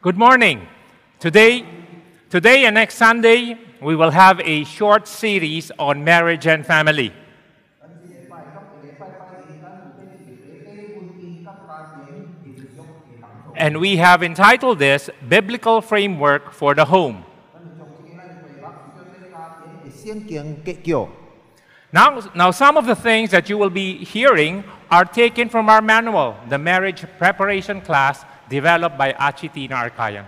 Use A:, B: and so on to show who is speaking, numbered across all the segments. A: Good morning. Today, today and next Sunday, we will have a short series on marriage and family. And we have entitled this Biblical Framework for the Home.
B: Để xiên kiếng kệ kiểu
A: Now, now, some of the things that you will be hearing are taken from our manual, the marriage preparation class developed by Achitina Arkayan.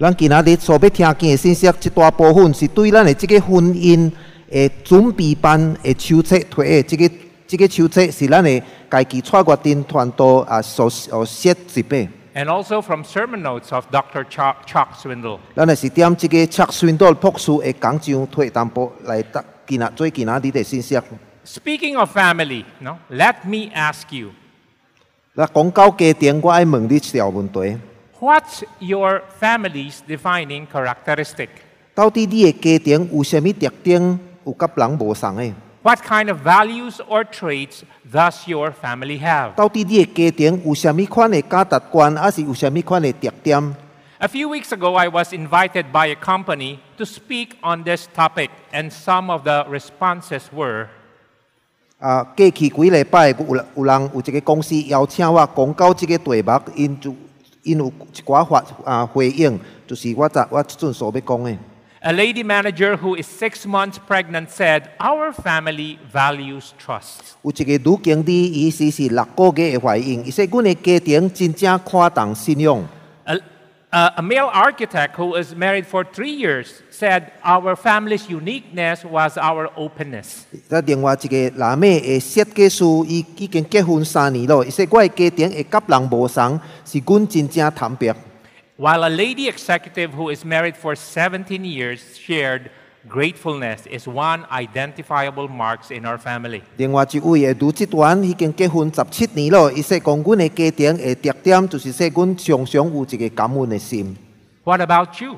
B: 咱今仔日所要听见的信息，一大部分是对咱的即个婚姻的准备班的手册推的即、个即、个手册是咱的家己蔡国丁团队啊所所写一本。
A: and also from sermon notes of Dr. Chuck, Chuck Swindle.
B: 咱的是点即个赤宣道博士的讲章推淡薄来搭今仔做今仔日的信息。
A: Speaking of family, no, let me ask you,
B: 咱讲到家庭，我爱问你一条问题：
A: what's your family's defining characteristic?
B: 到底你的家庭有啥物特点？有甲人无同的？
A: What kind of values or traits does your family have?
B: 到底你的家庭有啥物款的价值观，还是有啥物款的特点？
A: A few weeks ago, I was invited by a company to speak on this topic, and some of the responses were
B: 啊，过去几礼拜有人有人有一个公司邀请我讲到即个题目，因就因有一寡发啊回应，就是我昨我即阵所要讲的。
A: a lady manager who is six months pregnant said, Our family values trust.
B: 有一个女经理，伊是是六个月的怀孕，伊说阮的家庭真正看重信用。
A: A, a a male architect who was married for three years said, Our family's uniqueness was our openness.
B: 再另外一个男妹的设计师，伊已经结婚三年咯，伊说我的家庭会甲人无同，是阮真正坦白。
A: While a lady executive who is married for 17 years shared, Gratefulness is one identifiable marks in our family.
B: 另外一位的女职员已经结婚十七年咯，伊说讲阮的家庭的特点就是说，阮常常有一个感恩的心。
A: What about you?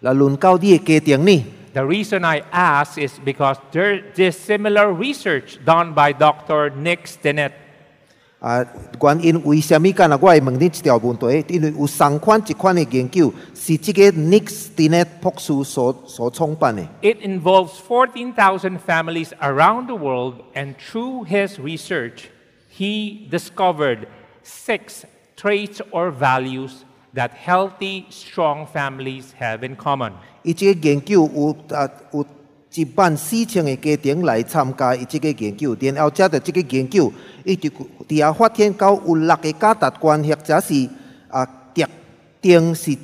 B: 那轮到你的家庭呢？
A: The reason I ask is because there is similar research done by Dr. Nick Stinnett.
B: 啊，原因为什物干若我会问你一条问题，因为有相款一款的研究是即个 Nick Stinnett 博士所所创办的。
A: It involves 14,000 families around the world, and through his research, he discovered six traits or values that healthy, strong families have in common.
B: 伊即个研究有啊有一万四千个家庭来参加伊即个研究，然后才着即个研究，伊就伫遐发现到有六个价值观或者是啊特定是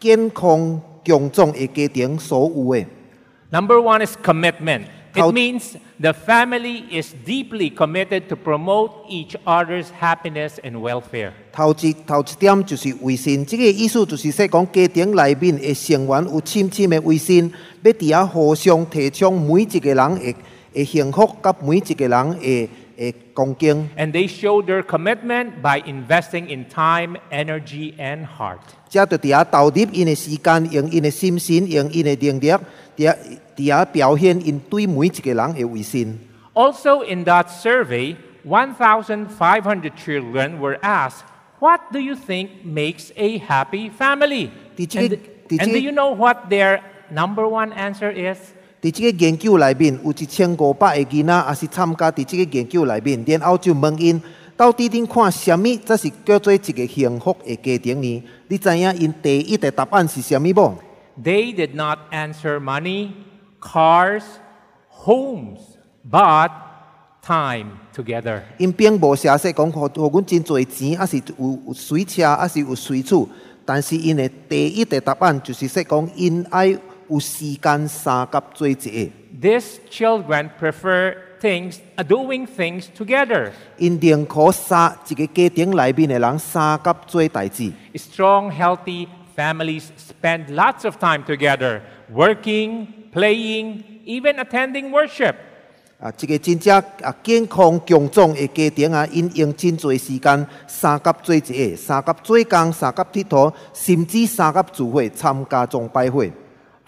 B: 健康强壮的家庭所有的。
A: Number one is commitment. It
B: How-
A: means the family is deeply committed to promote each other's happiness and welfare.
B: 头一头一点就是卫生，即、个意思就是说讲家庭内面的成员有深深的卫生，要伫遐互相提倡每一个人的的幸福，甲每一个人的的恭敬。
A: And they show their commitment by investing in time, energy, and heart.
B: 才着伫遐投入因的时间，用因的心神，用因的能力，伫遐伫遐表现因对每一个人的卫生。
A: Also, in that survey, 1,500 children were asked, What do you think makes a happy family?
B: Did
A: and,
B: you- did
A: and do
B: you-
A: you know what their number one answer is?
B: 伫即个研究内面，有一千五百个囡仔也是参加伫即个研究内面，然后就问因到底恁看什物才是叫做一个幸福的家庭呢？你知影因第一个答案是什物无？
A: They did not answer money, cars, homes, but time together.
B: 因并无写说讲，互互阮真侪钱，还是有有水车，还是有水厝。但是因的第一个答案就是说讲，因爱有时间三甲做一个。
A: These children prefer things, uh, doing things together.
B: 因宁可三一个家庭内面的人三甲做代志。
A: Strong, healthy families spend lots of time together, working, playing, even attending worship.
B: 啊，一个真正啊健康强壮的家庭啊，因用真侪时间三甲做一个，三甲做工，三甲佚佗，甚至三甲聚会参加崇拜会。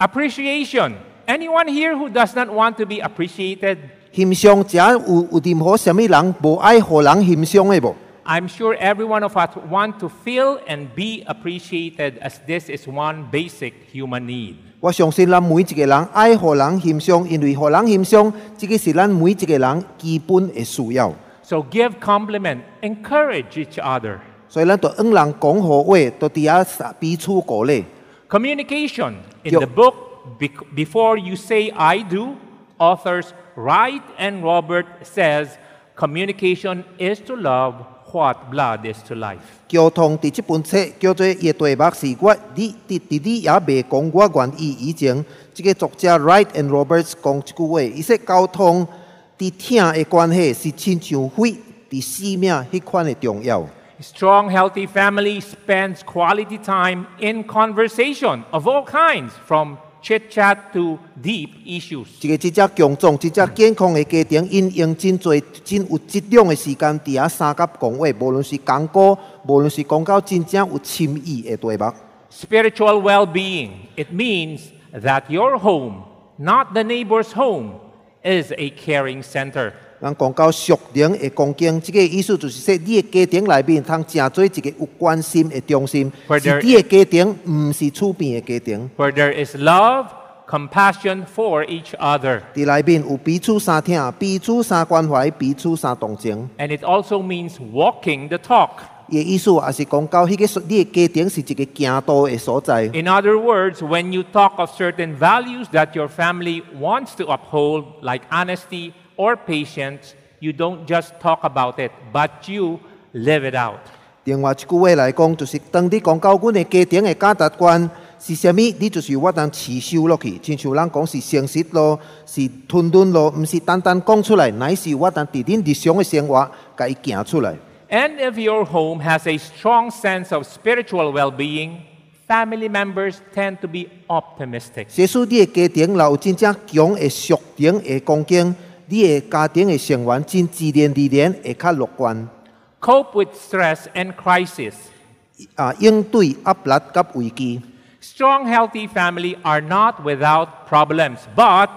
A: Appreciation. Anyone here who does not want to be appreciated?
B: 欣赏者有有任何什物人无爱互人欣赏的无？
A: I'm sure every one of us want to feel and be appreciated as this is one basic human need.
B: 我相信咱每一個人愛互人欣賞，因為互人欣賞，這個是咱每一個人基本嘅需要。
A: So give compliment, encourage each other.
B: 所以咱就向人講好話，就伫遐彼此鼓勵。
A: Communication in
B: Yo.
A: the book Bec- before you say I do, authors Wright and Robert says communication is to love what blood is to life.
B: 交通伫即本冊叫做《伊的題目是我你伫伫你也未講我願意以前，即、個作者 Wright and Roberts 講一句話，伊說交通伫疼嘅關係是親像血伫生命迄款嘅重要。
A: A strong, healthy family spends quality time in conversation of all kinds, from chit chat to deep issues.
B: 一个即只强壮、即只健康的家庭，因用真侪、真有质量的时间，伫遐相甲讲话，无论是讲古，无论是讲到真正有深意的题目。
A: Spiritual well being, it means that your home, not the neighbor's home, is a caring center.
B: 咱讲到属灵的恭敬，即、个意思就是说，你的家庭内面通正做一个有关心的中心，
A: Whether-
B: 是你的家庭，毋是厝边的家庭。
A: Where there is love, compassion for each other.
B: 伫内面有彼此相听、彼此相关怀、彼此相同情。
A: And it also means walking the talk.
B: 伊的意思也是讲到迄、个所你的家庭是一个行道的所在。
A: In other words, when you talk of certain values that your family wants to uphold, like honesty or patience, you don't just talk about it, but you live it out.
B: 另外一句话来讲，就是当你讲到阮的家庭的价值观是啥物，你就是我通持守落去，亲像咱讲是诚实咯，是吞忍咯，毋是单单讲出来，乃是我通伫恁日常的生活，甲伊行出来。
A: And if your home has a strong sense of spiritual well being, family members tend to be optimistic.
B: 即使你的家庭若有真正强的属灵的光景，你的家庭的成员真自然而然会较乐观，
A: Cope with stress and crisis.
B: 啊，应对压力甲危机。
A: Strong, healthy family are not without problems, but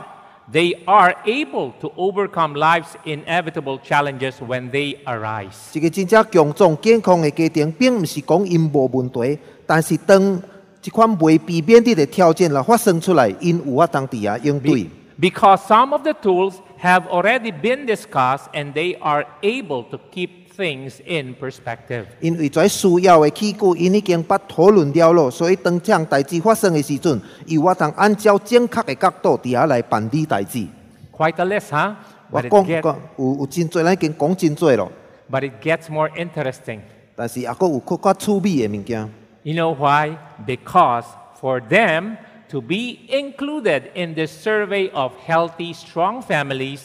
A: they are able to overcome life's inevitable challenges when they arise.
B: 一个真正强壮健康的家庭，并毋是讲因无问题，但是当即款未避免得的挑战若发生出来，因有法当伫遐应对
A: Be-。because some of the tools have already been discussed and they are able to keep things in perspective.
B: 因为遮需要的器具，因已经捌讨论了咯，所以当这项代志发生的时阵，伊有法当按照正确的角度伫遐来办理代志。
A: Quite a list, huh?
B: 我
A: But
B: 讲
A: it,
B: 讲
A: get-
B: 有有真侪，咱已经讲真侪咯，
A: but it gets more interesting.
B: 但是还佫有佫较趣味的物件。
A: You know why? Because for them to be included in this survey of healthy, strong families,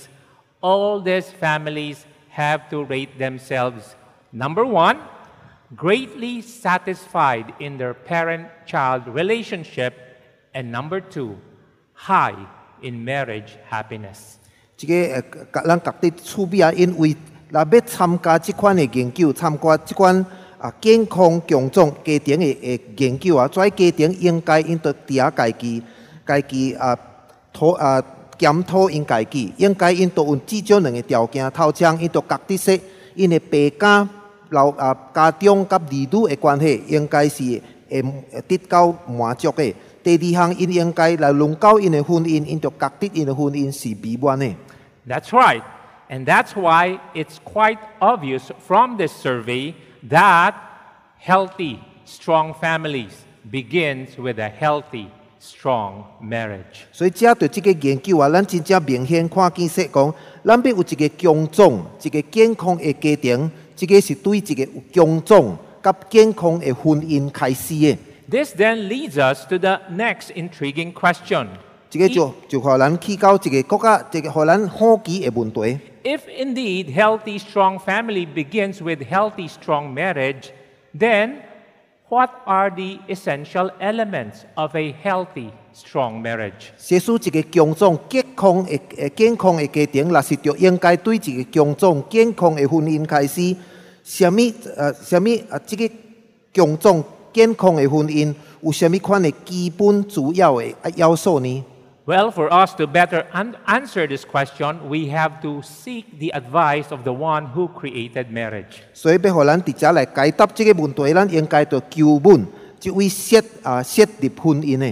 A: all these families have to rate themselves number one, greatly satisfied in their parent child relationship, and number two, high in marriage happiness.
B: 即个呃，甲咱觉得趣味啊，因为若要参加即款的研究，参加即款啊健康强壮家庭的的研究啊，遮家庭应该因着伫遐家己家己啊讨啊检讨因家己，应该因着有至少两个条件，头前因着觉得说，因的爸家老啊家长甲儿女的关系应该是会会得到满足的。第二项，因应该来论到因的婚姻，因着觉得因的婚姻是美满的。
A: That's right. And that's why it's quite obvious from this survey that healthy, strong families begins with a healthy, strong marriage.
B: 所以，遮对即个研究啊，咱真正明显看见说讲，咱要有一个强壮、一个健康的家庭，即、个是对一个有强壮甲健康的婚姻开始的。
A: This then leads us to the next intriguing question.
B: 即、个就就互咱去到一个国家，一个互咱好奇的问题。
A: If indeed healthy, strong family begins with healthy, strong marriage, then what are the essential elements of a healthy, strong marriage?
B: 耶稣一个强壮、健康的、呃健康的家庭，若是着应该对一个强壮、健康的婚姻开始。什物呃，什物啊？即、个强壮、健康的婚姻有什物款的基本主要的啊要素呢？
A: Well, for us to better un- answer this question, we have to seek the advice of the one who created marriage.
B: 所以要互咱伫遮来解答即个问题，咱应该着求问即位设啊设立婚姻的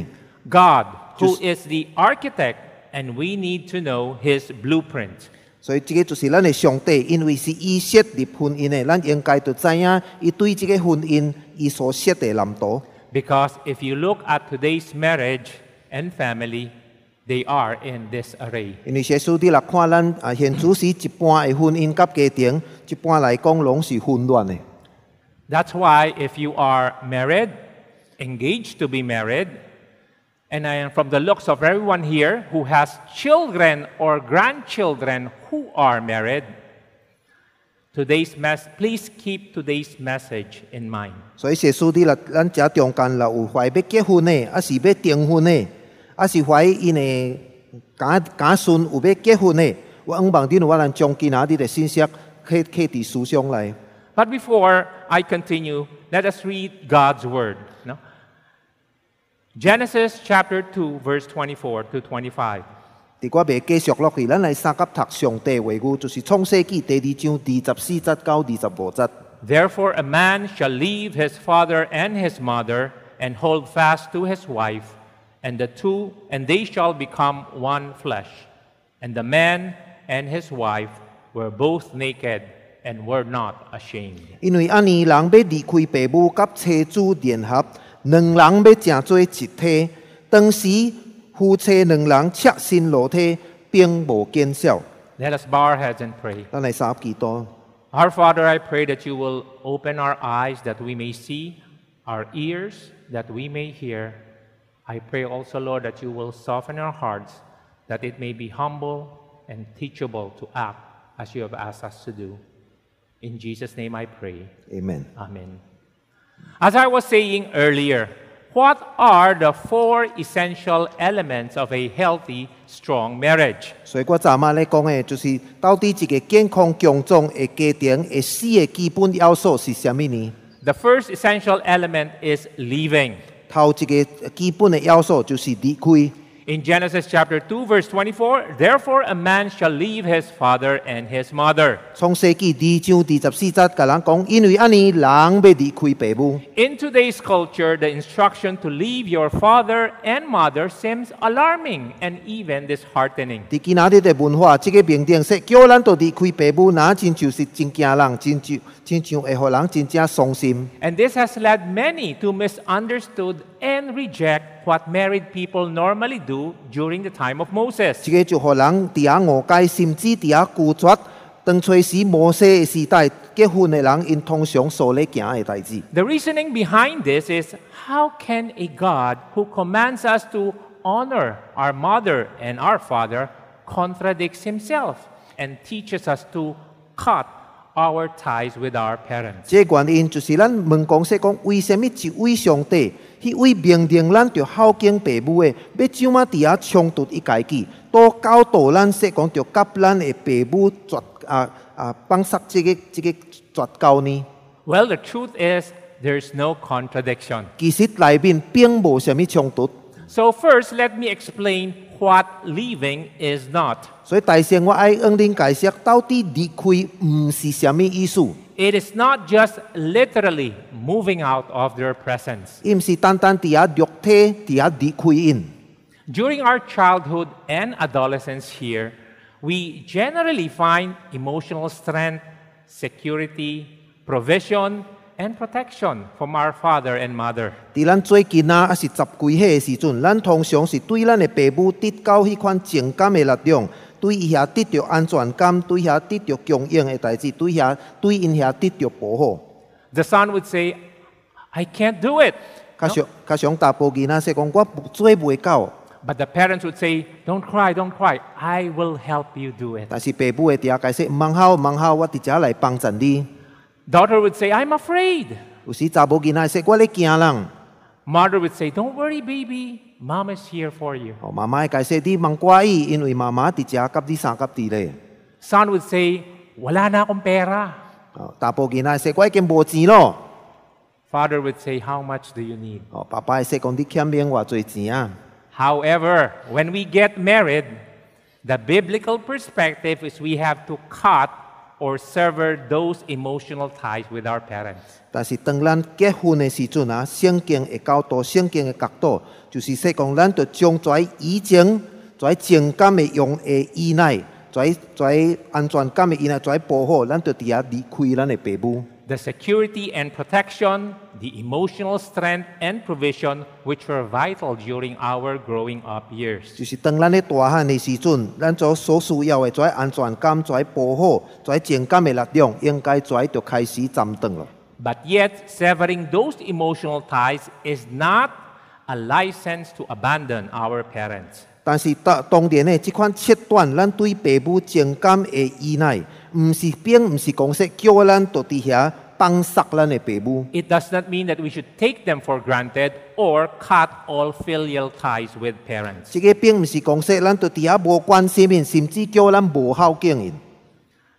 A: God, who
B: Just-
A: is the architect, and we need to know his blueprint.
B: 所以即个就是咱的上帝，因为是伊设立婚姻的，咱应该着知影伊对即个婚姻伊所设的蓝图。
A: Because if you look at today's marriage and family, they are in disarray.
B: 因为耶稣伫若看咱啊，现主时一般的婚姻甲家庭，一般来讲拢是混乱的。
A: That's why if you are married, engaged to be married, and I am from the looks of everyone here who has children or grandchildren who are married, today's mess please keep today's message in mind.
B: 所以耶稣伫若咱遮中间若有怀要结婚的，啊是要订婚的，啊是怀因的囝囝孙有要结婚的，我希望恁有法咱将今仔日的信息刻刻伫思想内。
A: But before I continue, let us read God's word. No? Genesis chapter 2, verse 24 to 25.
B: 伫我袂继续落去，咱来三甲读上帝的话语，就是创世纪第二章二十四节到二十五节。
A: Therefore, a man shall leave his father and his mother and hold fast to his wife, and the two, and they shall become one flesh. And the man and his wife were both naked and were not ashamed.
B: 因为安尼人要离开父母甲妻子联合，两人要成做一体。当时夫妻两人赤身裸体，并无见笑。
A: Let us bow our heads and pray.
B: 咱来三祈祷，
A: Our Father, I pray that you will open our eyes that we may see, our ears that we may hear. I pray also, Lord, that you will soften our hearts that it may be humble and teachable to act as you have asked us to do. In Jesus' name I pray.
B: Amen。
A: Amen. As I was saying earlier, what are the four essential elements of a healthy, strong marriage?
B: 所以我昨晚咧讲的，就是到底一个健康强壮的家庭的四个基本要素是啥物呢？
A: The first essential element is leaving.
B: 头一个基本的要素就是离开。
A: In Genesis chapter 2, verse 24, therefore a man shall leave his father and his mother.
B: 创世纪二章二十四节，甲咱讲，因为安尼人要离开父母。
A: In today's culture, the instruction to leave your father and mother seems alarming and even disheartening.
B: 伫今仔日的文化，即、个面顶说，叫咱都离开爸母，那真就是真惊人，真就真像会互人真正伤心。
A: And this has led many to misunderstood and reject what married people normally do during the time of Moses.
B: 即、个就互人伫遐误解，甚至伫遐拒绝。当初时摩西的时代，结婚的人因通常所咧行的代志。
A: The reasoning behind this is how can a God who commands us to honor our mother and our father contradicts himself and teaches us to cut our ties with our parents?
B: 即、个原因就是咱问讲说，讲为什物一位上帝，迄位命令咱着孝敬父母的，要怎啊伫遐冲突伊家己，都教导咱说讲着甲咱的父母绝啊啊放杀即、个即、个绝交呢？
A: Well, the truth is there's no contradiction.
B: 其實內面並無什麼衝突，
A: So, first, let me explain what leaving is not.
B: 所以大先我愛向恁解釋到底離開唔是什麼意思，
A: It is not just literally moving out of their presence.
B: 伊唔是單單伫遐肉體伫遐離開因。
A: During our childhood and adolescence here, we generally find emotional strength, security, provision, and protection from our father and mother.
B: 伫咱最近啊，还是十幾歲嘅時陣，咱通常是對咱嘅爸母得到迄款情感嘅力量，對伊遐得到安全感，對遐得到供應嘅代志，對遐對因遐得到保護。
A: The son would say, I can't do it. No?
B: 較上較上大部囡仔說講，我做袂到，
A: But the parents would say, Don't cry, don't cry. I will help you do it.
B: 但是爸母會伫遐解釋，毋通哭，毋通哭，我佇遮來幫襯你。
A: Daughter would say, I'm afraid.
B: 有時查某囡仔說，我咧驚人。
A: Mother would say, Don't worry, baby. Mom is here for you.
B: 哦，妈妈解释你茫怪伊，因为妈妈伫遮甲你相甲伫咧。
A: Son would say, wala na akong pera.
B: 哦，查甫囡仔说我已经无钱咯。
A: Father would say, how much do you need?
B: 哦，爸爸会说讲你欠免偌侪钱啊。
A: However, when we get married, the biblical perspective is we have to cut or sever those emotional ties with our parents.
B: 但是当咱结婚的时阵啊，圣经的教导、圣经的角度，就是说讲，咱要将遮以前、遮情感的用的依赖、遮遮安全感的依赖、遮保护，咱就伫遐离开咱的爸母。
A: The security and protection, the emotional strength and provision, which were vital during our growing up years.
B: 就是当咱咧大汉的时阵，咱所所需要的遮安全感、遮保护、遮情感的力量，应该遮就开始斩断了。
A: But yet, severing those emotional ties is not a license to abandon our parents.
B: 但是当当然呢，即款切断咱对爸母情感的依赖，毋是并毋是讲说叫咱就伫遐放杀咱的爸母。
A: It does not mean that we should take them for granted or cut all filial ties with parents.
B: 即个并毋是讲说咱就伫遐无关心因，甚至叫咱无孝敬因。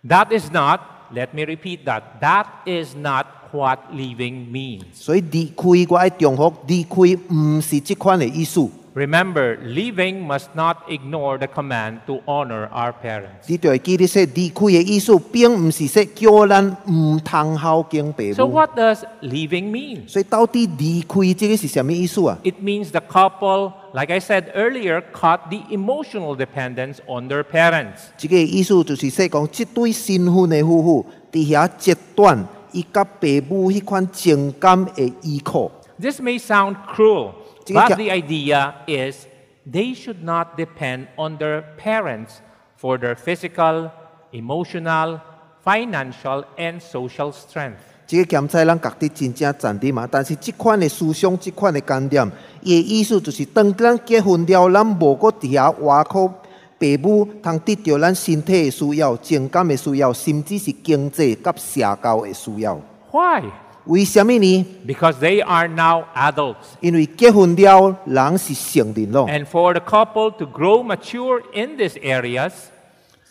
A: That is not, let me repeat that, that is not what leaving means.
B: 所以离开我爱重复，离开毋是即款的意思。
A: Remember, leaving must not ignore the command to honor our parents.
B: 你就会记得说离开的意思，并毋是说叫咱毋通孝敬爸
A: So,
B: 母。
A: what does leaving mean?
B: 所以到底离开即个是啥物意思啊？
A: It means the couple, like I said earlier, cut the emotional dependence on their parents.
B: 即个意思就是说，讲即对新婚的夫妇伫遐截断伊甲爸母迄款情感的依靠。
A: This may sound cruel,
B: Sige,
A: but
B: ka-
A: the idea is they should not depend on their parents for their physical, emotional, financial, and social strength.
B: 即个检测咱家己真正赞的嘛，但是即款的思想、即款的观念，伊的意思就是，当咱结婚了，咱无搁伫遐外靠爸母，通得到咱身体的需要、情感的需要，甚至是经济甲社交的需要。
A: Why?
B: 为什么呢？
A: Because they are now adults.
B: 因为结婚了，人是成人咯。
A: And for the couple to grow mature in these areas,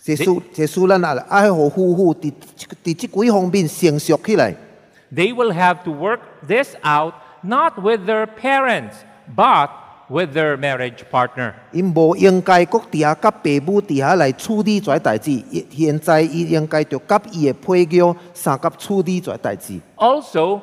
B: 这使这使咱也爱互夫妇伫伫即几方面成熟起来，
A: they will have to work this out not with their parents, but with their marriage partner.
B: 因无应该搁伫遐甲爸母伫遐来处理遮代志。伊现在伊应该着甲伊的配偶相甲处理遮代志。
A: Also,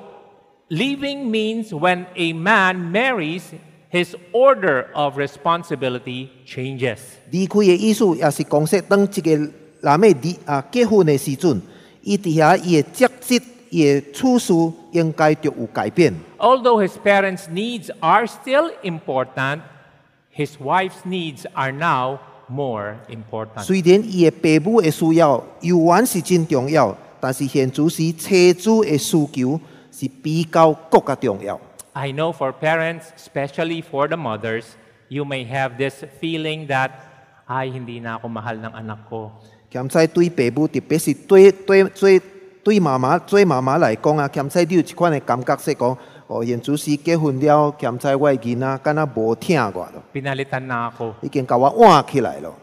A: leaving means when a man marries, his order of responsibility changes.
B: 离开的意思也是讲说，当一个男的离啊结婚的时阵，伊伫遐伊的职责、伊的处事应该着有改变。
A: Although his parents' needs are still important, his wife's needs are now more important.
B: 虽然伊的爸母的需要有原是真重要，但是现主时妻子的需求是比较更加重要。
A: I know for parents, especially for the mothers, you may have this feeling that, ay, hindi na ako mahal ng anak ko.
B: 兼且对爸母，特别是对对对对妈妈、对妈妈来讲啊，兼且你有一款的感觉，说讲哦，现主时结婚了，兼且我的囡仔敢若无听我咯，
A: Pinalitan na ako.
B: 已经甲我换起来咯。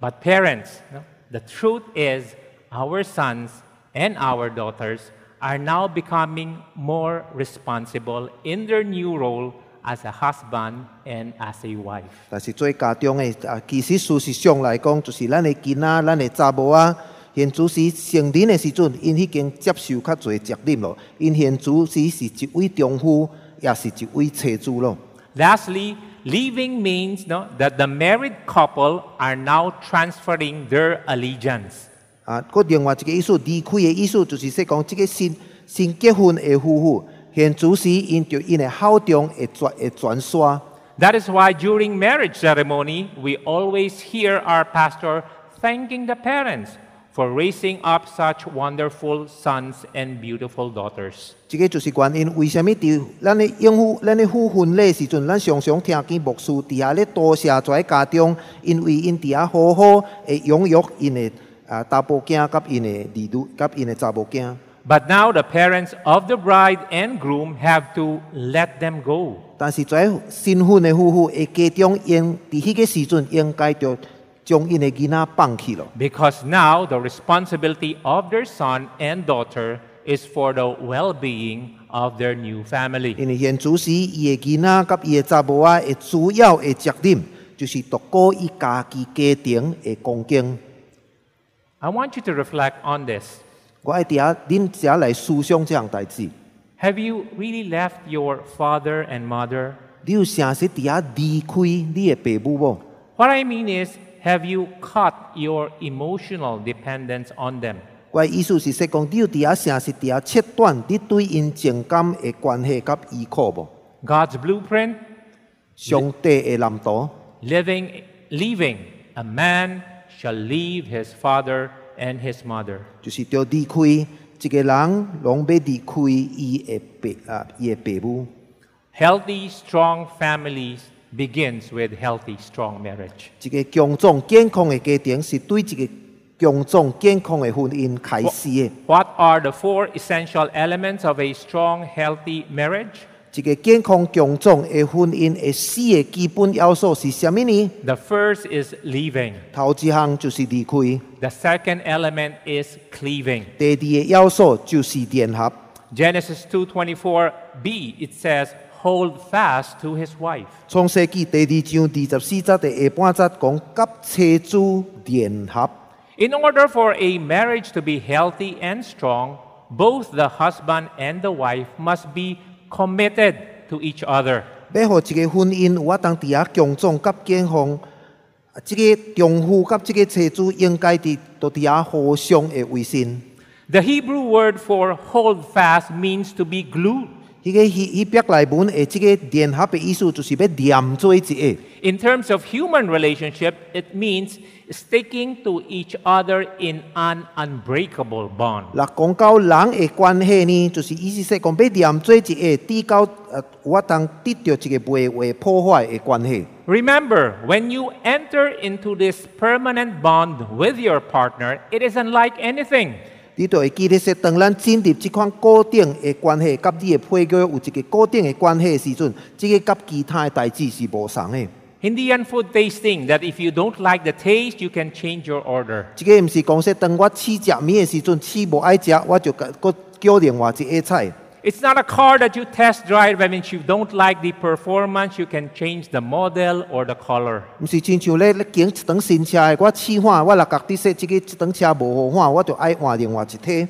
A: But parents, no? the truth is our sons and our daughters are now becoming more responsible in their new role as a husband and as a wife.
B: 但是做家长的啊，其实事实上来讲，就是咱的囡仔、咱的查某啊，现主时成人的时阵，因已经接受较侪责任咯。因现主时是一位丈夫，也是一位妻子咯。
A: Lastly, leaving means no, that the married couple are now transferring their allegiance.
B: 啊，佮另外一个意思，离开的意思，就是说讲即个新新结婚的夫妇，现主时因着因的孝忠会转会转刷。
A: That is why during marriage ceremony, we always hear our pastor thanking the parents for raising up such wonderful sons and beautiful daughters.
B: 即个就是原因，为什物伫咱的应付咱的赴婚礼的时阵，咱常常听见牧师伫遐咧多谢遮家长，因为因伫遐好好会养育因的啊查甫囝甲因的儿女甲因的查某囝。
A: But now the parents of the bride and groom have to let them go.
B: 但是遮新婚的夫妇的家长，因伫迄个时阵应该着将因的囡仔放弃咯。
A: Because now the responsibility of their son and daughter is for the well being of their new family.
B: 因为现主时伊的囡仔甲伊的查某仔的主要的责任，就是獨過伊家己家庭嘅恭敬。
A: I want you to reflect on this.
B: 我喺遐恁遮来思想即項代志。
A: Have you really left your father and mother?
B: 你有誠實伫遐離開你嘅爸母無？
A: What I mean is, have you cut your emotional dependence on them?
B: 我的意思是說，講你有伫遐誠實伫遐切斷你對因情感嘅關係甲依靠無？
A: God's blueprint,
B: 上帝嘅藍圖，
A: living, leaving. A man shall leave his father and his mother.
B: 就是要離開一個人，攏要離開伊嘅爸啊，伊嘅爸母。
A: Healthy, strong families begins with healthy, strong marriage.
B: 一個強壯健康嘅家庭是對一個強壯健康嘅婚姻開始嘅。
A: What are the four essential elements of a strong, healthy marriage?
B: 一個健康強壯嘅婚姻嘅四個基本要素是啥物呢？
A: The first is leaving.
B: 頭一項就是離開，
A: The second element is cleaving.
B: 第二個要素就是聯合。
A: Genesis 2:24b it says, "Hold fast to his wife."
B: 創世紀第二章二十四節第下半節講，甲妻子聯合。
A: In order for a marriage to be healthy and strong, both the husband and the wife must be committed to each other.
B: 要互一個婚姻有法當伫遐強壯啊甲啊健康，即、個丈夫甲即個妻子應該伫都伫遐互相的維信。
A: The Hebrew word for hold fast means to be glued.
B: 迄、個迄迄壁內文的即個聯合的意思，就是要連做一個。
A: In terms of human relationship, it means sticking to each other in an unbreakable bond.
B: 若講到人的關係呢，就是意思說講要連做一個，抵到呃我當得到一個袂會破壞的關係。
A: Remember, when you enter into this permanent bond with your partner, it is unlike anything.
B: 你就會記得說，當咱進入即款固定的關係，甲你的配偶有一個固定的關係的時陣，即、個甲其他的代志是無同的。
A: Indian food tasting that if you don't like the taste, you can change your order.
B: 即、個毋是講說，當我試食物的時陣，試無愛食，我就佮叫另外一個菜。
A: It's not a car that you test drive, and if you don't like the performance, you can change the model or the color.
B: 毋是亲像咧咧拣一辆新車的，我試看，我若覺得說即個即輛車無好看，我就愛換另外一體。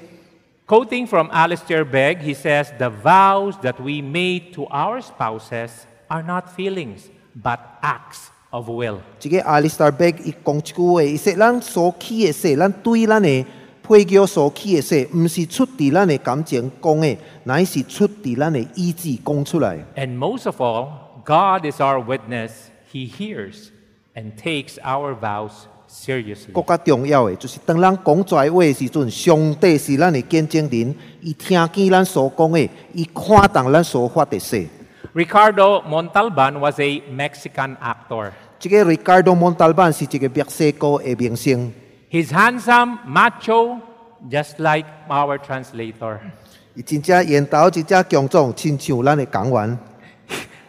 A: Quoting from Alistair Begg, he says, The vows that we made to our spouses are not feelings, but acts of will.
B: 即個阿里斯塔貝伊講一句話，伊說咱所起的誓，咱對咱的配偶所起的誓，毋是出自咱的感情講的，乃是出自咱的意志講出來。
A: And most of all, God is our witness. He hears and takes our vows seriously.
B: 更加重要的就是當咱講出來話的時陣，上帝是咱的見證人，伊聽見咱所講的，伊看重咱所發的誓。
A: Ricardo Montalban was a Mexican actor.
B: 即個 Ricardo Montalban 是一個墨西哥的明星。
A: He's handsome, macho, just like our translator.
B: 伊真正缘投真正强壮，亲像咱的港湾。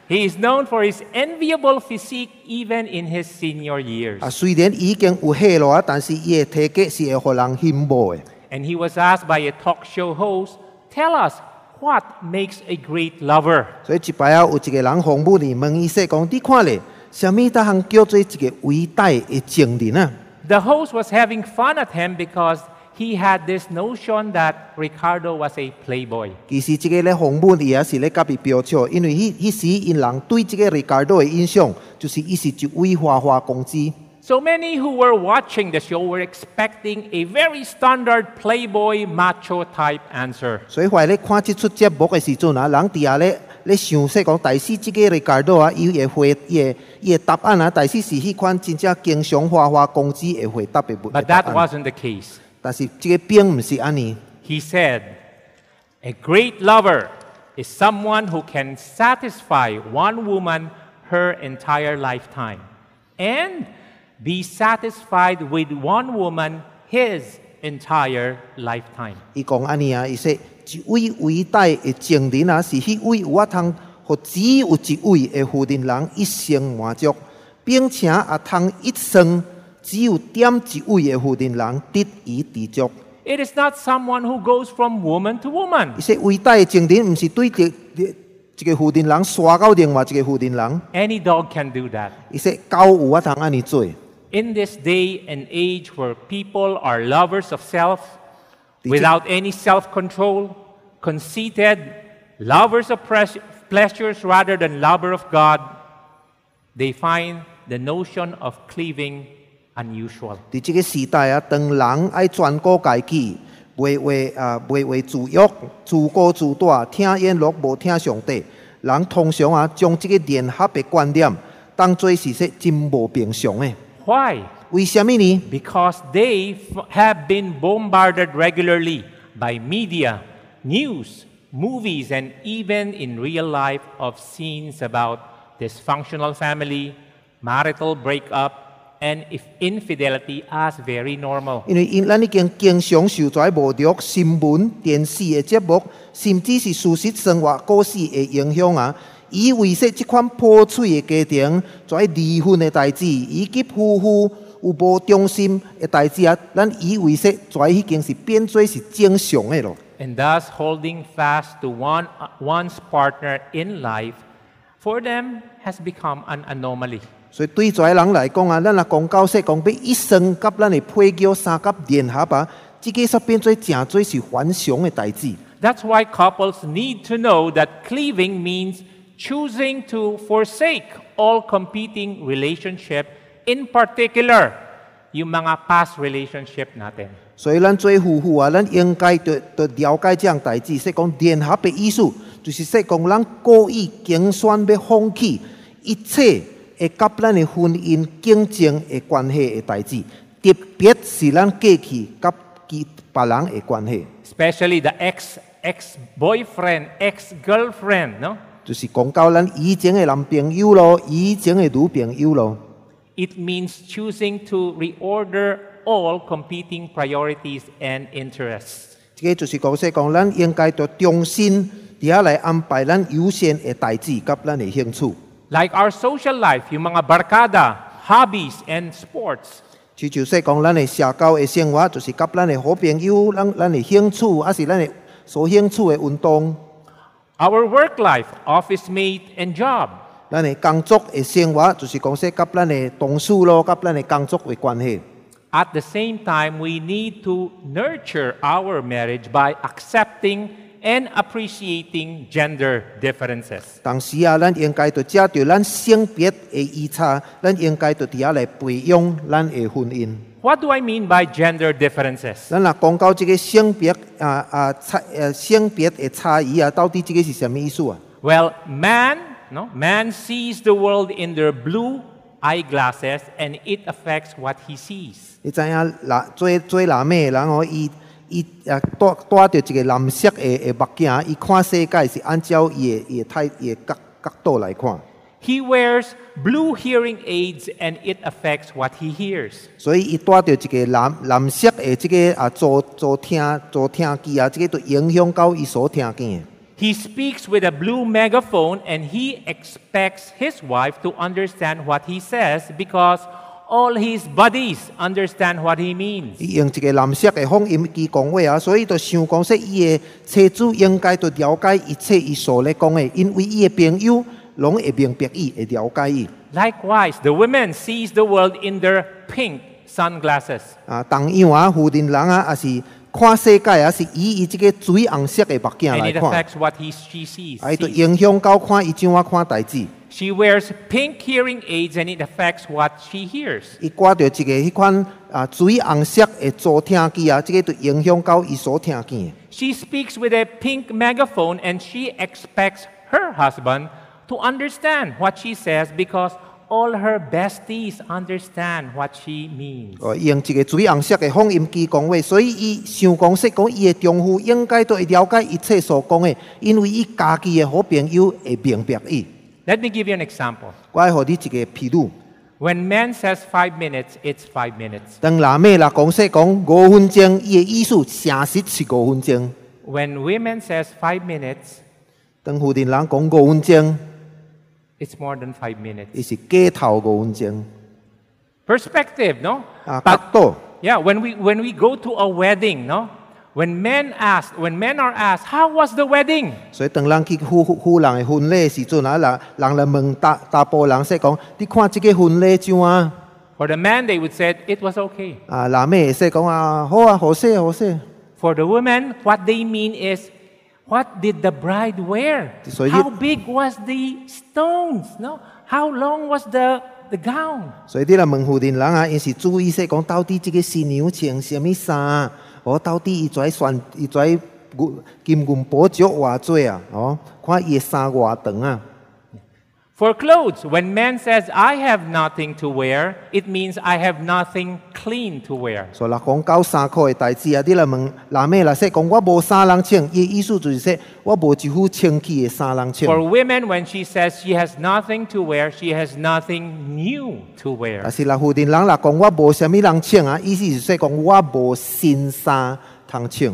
A: He is known for his enviable physique even in his senior years.
B: 啊，虽然已經有岁咯，但是伊的體格是會讓人羨慕的。
A: And he was asked by a talk show host, Tell us what makes a great lover.
B: 所以一擺啊，有一個人訪問伊，問伊說講：你看咧，什物搭通叫做一個偉大的情人啊？
A: The host was having fun at him because he had this notion that Ricardo was a playboy.
B: 其實即個咧訪問伊啊也是咧甲伊標笑，因為迄迄時因人對即個 Ricardo 的印象就是伊是一位花花公子。
A: So many who were watching the show were expecting a very standard playboy macho type answer.
B: 所以懷咧看即出節目的時陣啊，人佇遐咧咧想說講，大師即個 Ricardo 啊，伊的回伊的伊的答案啊，大師是迄款真正經常花花公子的回答的問
A: But
B: 答
A: that
B: 案。
A: wasn't the case.
B: 但是即個並毋是安尼，
A: He said, A great lover is someone who can satisfy one woman her entire lifetime and be satisfied with one woman his entire lifetime.
B: 伊講安尼啊，伊說一位偉大的情人啊，是迄位有法通互只有一位的負人人一生滿足，並且啊通一生只有點一位的負人人得以知足。
A: It is not someone who goes from woman to woman.
B: 伊说伟大的情人，毋是对着一个负责人刷到另外一个负责人，
A: Any dog can do that.
B: 伊说狗有法通安尼做。
A: In this day and age where people are lovers of self,
B: Did you-
A: without any self control, conceited, lovers of pres- pleasures rather than lover of God, they find the notion of cleaving unusual.
B: 伫即个时代啊，当人爱专顾家己，袂为啊袂为自欲、自高自大、听音乐无听上帝，人通常啊将即个联合的观念当做是说真无平常的。
A: Why?
B: 为什么呢？
A: Because they f- have been bombarded regularly by media, news, movies, and even in real life of scenes about dysfunctional family, marital breakup, and if infidelity as very normal.
B: 因为因咱已经经常受跩无聊新闻、电视的节目，甚至是事实生活故事的影响啊，以为说即款破碎的家庭、跩离婚的代志，以及夫妇有无忠心的代志啊，咱以为说跩已经是变做是正常的咯。
A: and thus holding fast to one, one's partner in life, for them has become an anomaly.
B: 所以对跩人来讲啊，咱若讲到说讲要一生甲咱的配偶三甲联合啊，即个煞变做正做是反常的代志。
A: That's why couples need to know that cleaving means choosing to forsake all competing relationship, in particular, yung mga past relationship natin.
B: 所以咱做夫妇啊，咱应该着着了解这样代志，说讲联合的意思，就是说讲咱故意竞选要放弃一切会甲咱的婚姻竞争的关系的代志，特别是咱过去甲其别人的关系，
A: Especially the ex, ex-boyfriend, ex-girlfriend, no?
B: 就是讲到咱以前的男朋友咯，以前的女朋友咯，
A: It means choosing to reorder all competing priorities and interests.
B: 这个就是讲说讲咱应该着重新伫遐来安排咱优先的代志甲咱的兴趣。
A: Like our social life, yung mga barkada, hobbies, and sports.
B: 就就说讲，咱的社交的生活，就是甲咱的好朋友、咱咱的兴趣，还是咱的所兴趣的运动，
A: Our work life, office mate, and job.
B: 咱的工作的生活，就是讲说甲咱的同事咯，甲咱的工作的关系。
A: At the same time, we need to nurture our marriage by accepting and appreciating gender differences.
B: 同时啊，咱应该着遮着咱性别的异差，咱应该着伫遐来培养咱的婚姻。
A: What do I mean by gender differences?
B: 咱若讲到即个性别啊啊差呃性别的差异啊，到底即个是什么意思啊？
A: Well, man, no, man sees the world in their blue eyeglasses and it affects what he sees.
B: 你知影蓝做做蓝妹的人哦，伊伊啊戴戴着一个蓝色的的目镜，伊看世界是按照伊的伊的态伊的角角度来看，
A: He wears blue hearing aids and it affects what he hears.
B: 所以伊戴着一个蓝蓝色的即、个啊助助听助听器啊，即、个就影响到伊所听见的。
A: He speaks with a blue megaphone and he expects his wife to understand what he says because all his buddies understand what he means.
B: 伊用一个蓝色的放音机讲话啊，所以就想讲说，伊的车主应该就了解一切伊所咧讲的，因为伊的朋友拢会明白伊，会了解伊。
A: Likewise, the women sees the world in their pink sunglasses.
B: 啊，同样啊，附近人啊，也是看世界啊，是以伊即个水红色的目镜
A: And
B: 来
A: it
B: 看，
A: affects what he, she sees.
B: 啊，伊就
A: sees.
B: 影响到看伊怎啊看代志。
A: She wears pink hearing aids and it affects what she hears.
B: 伊挂着一个迄款啊水红色的助听器啊，即、个就影响到伊所听见的。
A: She speaks with a pink megaphone and she expects her husband to understand what she says because all her besties understand what she means.
B: 哦，伊用一个水红色的放音机讲话，所以伊想讲说，讲伊的丈夫应该都会了解一切所讲的，因为伊家己的好朋友会明白伊。
A: Let me give you an example.
B: 我爱互你一个譬如，
A: When man says five minutes, it's five minutes.
B: 当男妹啦讲说讲五分钟，伊的意思诚实是五分钟。
A: When women says five minutes,
B: 当福建人讲五分钟，
A: it's more than five minutes.
B: 伊是假头五分钟
A: Perspective, no?
B: 啊，角
A: But
B: 度。
A: yeah, when we when we go to a wedding, no? When men ask, when men are asked, how was the wedding?
B: 所以當人去赴赴人嘅婚禮的時陣啊，人人來問大大部人說講，你看即個婚禮怎啊？
A: For the man, they would say it was okay.
B: 啊，男嘅會說講啊，好啊，好勢好勢。
A: For the women, what they mean is, what did the bride wear?
B: So you-
A: How big was the stones? No, how long was the the gown?
B: 所以你來問附近人啊，因是注意說講，到底即個新娘穿什麼衫？哦，到底伊跩選伊跩金銀寶石偌濟啊？哦，看伊嘅衫偌長啊？
A: For clothes, when man says I have nothing to wear, it means I have nothing clean to wear.
B: 所以若講到衫褲嘅代志啊，你來問男嘅來說講，我無衫通穿，伊的意思就是說我無一副清氣嘅衫通穿
A: For。women, when she says she has nothing to wear, she has nothing new to
B: 但
A: wear.
B: 是若附近人若講我無啥物人穿啊，意思是說講我無新衫通穿。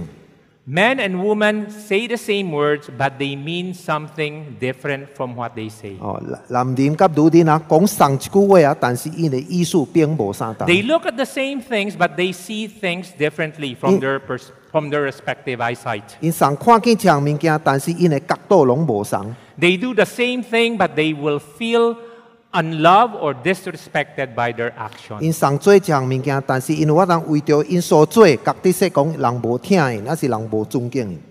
A: Men and women say the same words, but they mean something different from what they say.
B: 哦，男人甲女人啊講上一句話啊，但是因的意思並無相同。
A: They look at the same things, but they see things differently from
B: Mm.
A: their, pers- from their respective eyesight.
B: 因上看見一項物件，但是因的角度攏無相。
A: They do the same thing, but they will feel unloved or disrespected by their action.
B: 因上做一項物件，但是因為我人為着因所做，覺得說講人無聽因，那是人無尊敬因。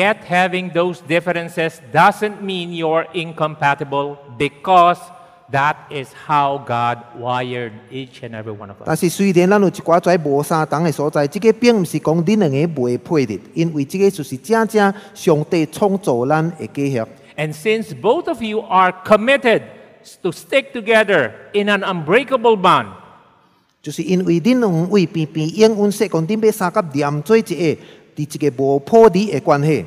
A: Yet, having those differences doesn't mean you're incompatible because that is how God wired each and every one of us.
B: 但是雖然咱有一寡跩無相同的所在，即、個並毋是講恁兩個袂配的，因為即個就是真正上帝創造咱的計劃。
A: And since both of you are committed to stick together in an unbreakable bond,
B: 就是因为恁两位平平应阮说讲，恁要三甲连做一个，伫一个无破裂的关系，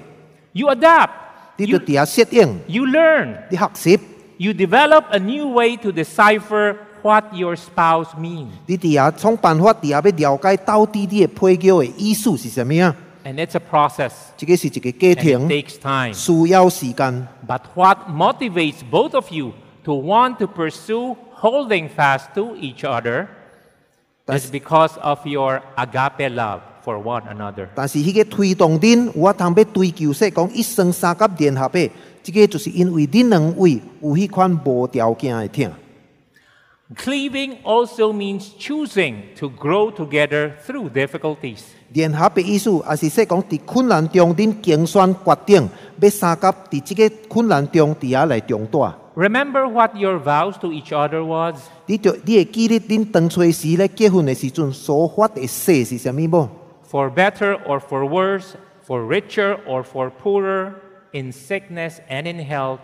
A: you adapt,
B: 你就
A: you,
B: 伫遐适应，
A: you learn,
B: 你学习，
A: You develop a new way to decipher what your spouse means.
B: 你伫遐创办法，伫遐要了解到底你的配偶的意思是啥物啊？
A: And it's a process.
B: 这个是一个过
A: And it
B: 程，
A: takes time.
B: 需要时间。
A: But what motivates both of you to want to pursue holding fast to each other is
B: That's-
A: because of your agape love for one another.
B: 但是迄个推动恁，我通要追求说讲一生三甲联合的，这个就是因为恁两位有迄款无条件的疼。
A: Cleaving also means choosing to grow together through difficulties.
B: 联合的意思，也是说讲伫困难中，恁竞选决定要相甲伫即个困难中伫遐来中大。
A: Remember what your vows to each other was?
B: 你着你会记得恁当初时咧结婚的时阵所发的誓是啥物无？
A: for better or for worse, for richer or for poorer, in sickness and in health,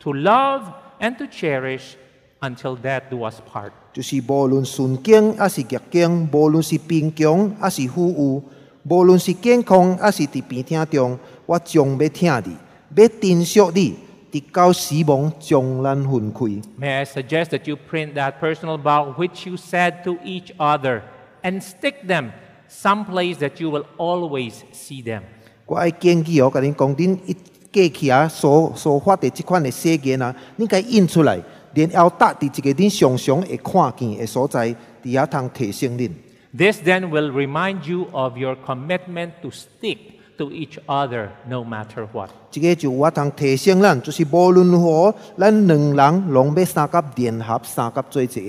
A: to love and to cherish until death do us part.
B: 就是无论顺境还是逆境，无论是贫穷还是富有，无论是健康还是伫病痛中，我将要疼你，要珍惜你，直到死亡将咱分开。
A: May I suggest that you print that personal vow which you said to each other and stick them someplace that you will always see them.
B: 我爱建议哦，甲恁讲，恁一过去啊，所所发的即款的誓言啊，恁该印出来，然后搭伫一个恁常常会看见的所在，伫遐通提升恁。
A: This then will remind you of your commitment to stick to each other no matter what.
B: 即个就我通提升咱，就是无论如何，咱两人拢要三甲联合，三甲做一个。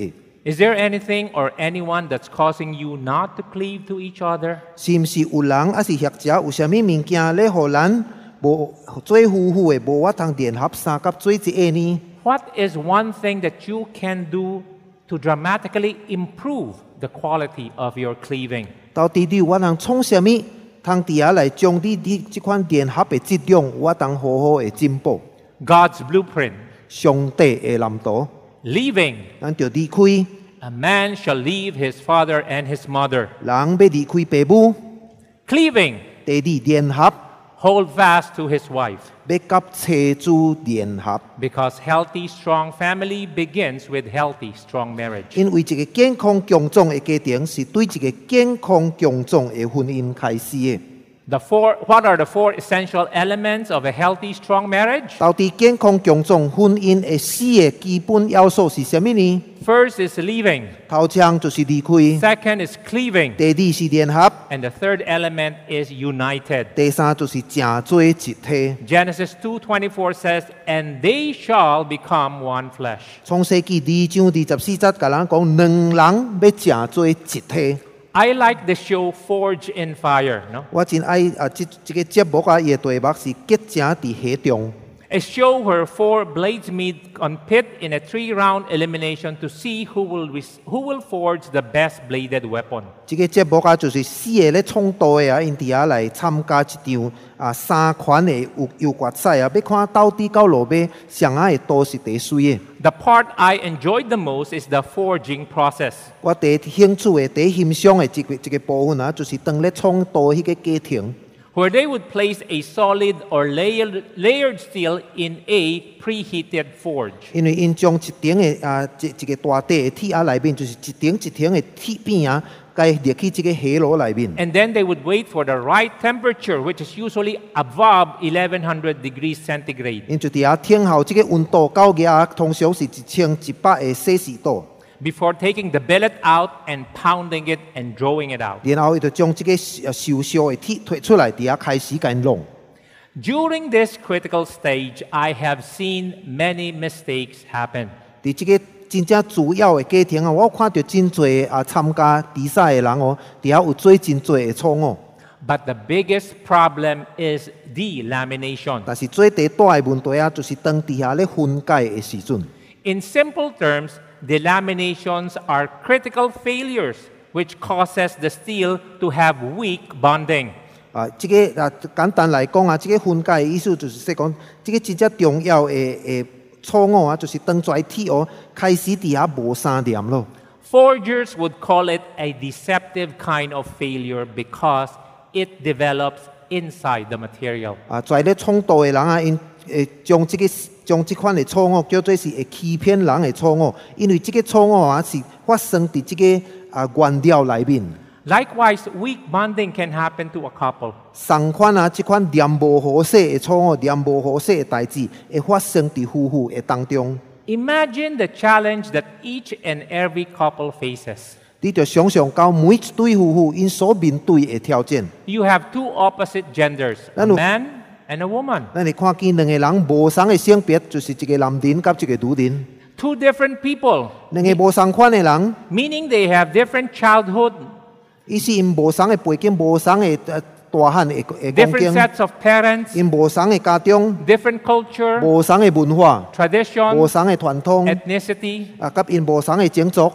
A: Is there anything or anyone that's causing you not to cleave to each other?
B: 是毋是有人，还是或者有啥物物件咧，互咱无做夫妇的，无法通联合三甲做一个呢？
A: What is one thing that you can do to dramatically improve the quality of your cleaving?
B: 到底你有法通创啥物？通伫遐来将你你即款联合的质量，我通好好的进步。
A: God's blueprint.
B: 上帝的蓝图，
A: Leaving.
B: 咱就离开。
A: A man shall leave his father and his mother.
B: 人要离开父母，
A: Cleaving.
B: 第二联合
A: Hold fast to his wife.
B: 要甲妻子联合。
A: Because healthy, strong family begins with healthy, strong marriage.
B: 因为一个健康强壮的家庭是对一个健康强壮的婚姻开始的。
A: The four, what are the four essential elements of a healthy, strong marriage?
B: 到底健康强壮婚姻的四个基本要素是什么呢？
A: First is leaving,
B: 头枪就是离开，
A: second is cleaving,
B: 第二是联合，
A: and the third element is united.
B: 第三就是正做一体。
A: Genesis 2:24 says, "And they shall become one flesh."
B: 创世纪二章二十四节，甲咱讲两人要正做一体。
A: I like the show Forge in Fire, no?
B: 我真爱啊，即即个节目啊，伊的题目是结正伫火中，
A: A show where four bladesmen compete in a three-round elimination to see who will res- who will forge the best bladed weapon.
B: 即个节目啊，就是四个咧创刀的啊，因伫遐来参加一场啊三款的游游决赛啊，要看到底到落尾谁啊的刀是第水的。
A: The part I enjoyed the most is the forging process.
B: 我第一兴趣的、第一欣赏的一个一个部分啊，就是当咧创刀迄个家庭，
A: where they would place a solid or layered, layered steel in a preheated forge.
B: 因为因将一顶的啊一一个大块的铁啊内面，就是一顶一顶的铁片啊，甲伊入去即个火炉内面。
A: And then they would wait for the right temperature, which is usually above 1100 degrees centigrade,
B: 因就伫遐听候即个温度到额，通常是一千一百的摄氏度。
A: before taking the billet out and pounding it and drawing it out.
B: 然后伊就将即个呃受烧的铁摕出来，伫遐开始甲伊弄。
A: During this critical stage, I have seen many mistakes happen.
B: 伫即个真正主要的家庭啊，我看到真侪啊参加比赛的人哦，伫遐有做真侪的哦错误。
A: But the biggest problem is delamination.
B: 但是最第大的问题啊，就是当伫遐咧分解的时阵，
A: In simple terms, delaminations are critical failures which causes the steel to have weak bonding.
B: 啊，即、个啊简单来讲啊，即、个分解的意思就是说讲，即、个真正重要的诶错误啊，就是当遮铁哦开始伫遐无相连咯。
A: Forgers would call it a deceptive kind of failure because it develops inside the material.
B: 啊，在咧创造的人啊，因会将即、个将即款的错误叫做是会欺骗人的错误，因为即个错误啊是发生伫即、个啊原料内面。
A: Likewise, weak bonding can happen to a couple.
B: 相款啊，即款念无好势的错误、念无好势的代志，会发生伫夫妇的当中。
A: Imagine the challenge that each and every couple faces.
B: 你着想象到每一对夫妇因所面对的挑战。
A: You have two opposite genders, a
B: Lalo-
A: man and a woman.
B: 咱会看见两个人无相的性别，就是一个男人甲一个女人，
A: Two different people
B: 两个无相款的人，
A: meaning they have different childhood,
B: 伊是因无相的背景、无相的呃大汉的的光
A: different
B: 景，
A: sets of parents,
B: 因无相的家长、
A: different culture,
B: 无相的文化、无
A: tradition,
B: 相的传统，
A: ethnicity,
B: 啊，甲因无相的种族，